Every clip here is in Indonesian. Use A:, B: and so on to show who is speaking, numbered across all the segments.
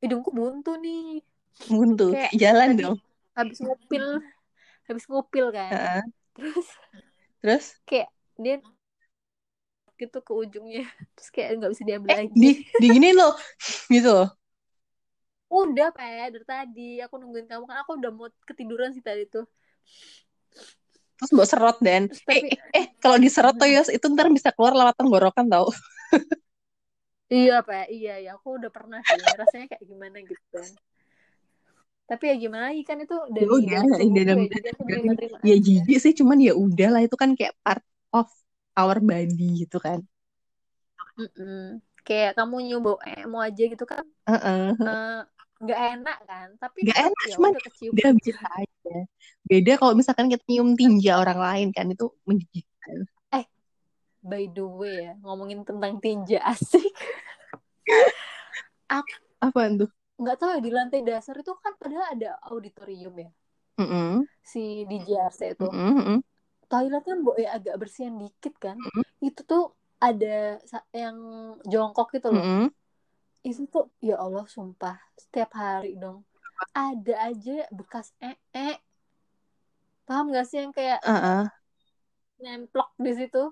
A: hidungku buntu nih
B: buntu
A: Kayak
B: jalan
A: tadi-
B: dong
A: habis ngupil habis ngupil kan
B: Heeh.
A: terus
B: terus
A: dia gitu ke ujungnya terus kayak nggak bisa diambil
B: eh
A: lagi
B: di diginiin lo gitu loh
A: udah pak dari tadi aku nungguin kamu kan aku udah mau ketiduran sih tadi tuh
B: terus mau serot dan
A: Terus tapi-
B: eh, eh, eh, kalau diserot tuh Yos itu ntar bisa keluar lewat tenggorokan tau
A: iya pak iya ya aku udah pernah sih rasanya kayak gimana gitu kan tapi ya gimana lagi kan itu dari
B: Ya udah,
A: dalam
B: dari
A: tubuhku ya, jadi
B: dalam-
A: aku
B: dari-
A: terima-terima
B: ya
A: aja.
B: jijik sih cuman ya udah lah itu kan kayak part of our body gitu kan
A: Mm-mm. kayak kamu nyoba eh, mau aja gitu kan
B: Heeh.
A: eh, nggak enak kan tapi
B: Nggak
A: tetap
B: enak,
A: ya
B: cuman
A: udah kecium
B: udah
A: aja.
B: biasa aja beda kalau misalkan kita nyium tinja orang lain kan itu menjijikkan
A: by the way ya ngomongin tentang tinja asik
B: apa tuh
A: nggak tahu ya di lantai dasar itu kan padahal ada auditorium ya
B: Mm-mm,
A: si di JRC itu
B: mm-mm, mm-mm.
A: toiletnya mbok ya agak bersihan dikit kan
B: Mm-mm.
A: itu tuh ada sa- yang jongkok gitu loh
B: Mm-mm.
A: itu tuh ya Allah sumpah setiap hari dong ada aja bekas ee paham gak sih yang kayak
B: Heeh.
A: nemplok di situ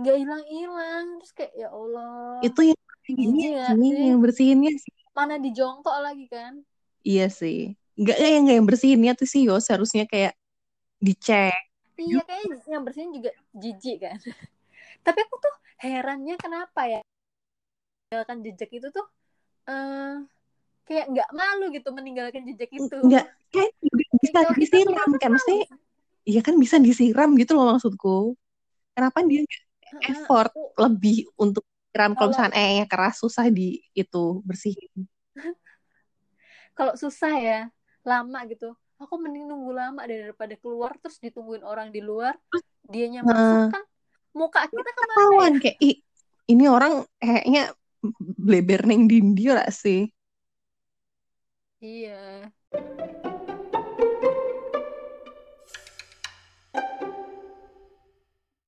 A: nggak hilang hilang terus kayak ya Allah
B: itu yang ini
A: Jijik nggak
B: ini
A: sih?
B: yang bersihinnya sih
A: mana dijongkok lagi kan
B: iya sih nggak nggak yang nggak yang bersihinnya tuh sih Yos harusnya kayak dicek
A: iya kayaknya yang bersihin juga jijik kan tapi aku tuh herannya kenapa ya meninggalkan jejak itu tuh eh kayak nggak malu gitu meninggalkan jejak itu
B: nggak kan bisa
A: Kalau kita
B: disiram
A: kenapa
B: kan
A: malu?
B: maksudnya Iya kan bisa disiram gitu loh maksudku. Kenapa dia nggak
A: Heeh,
B: effort
A: aku-
B: lebih untuk siram kalau
A: Kalau- Iya,
B: misalkan eh keras susah di itu bersihin.
A: kalau susah ya lama gitu aku mending nunggu lama daripada keluar terus ditungguin orang di luar dianya
B: Heeh.
A: masak kan muka
B: Iya,
A: kita kemana ya
B: Ketahuan kayak "Ih, ini orang kayaknya bleber neng dindi ora sih.
A: iya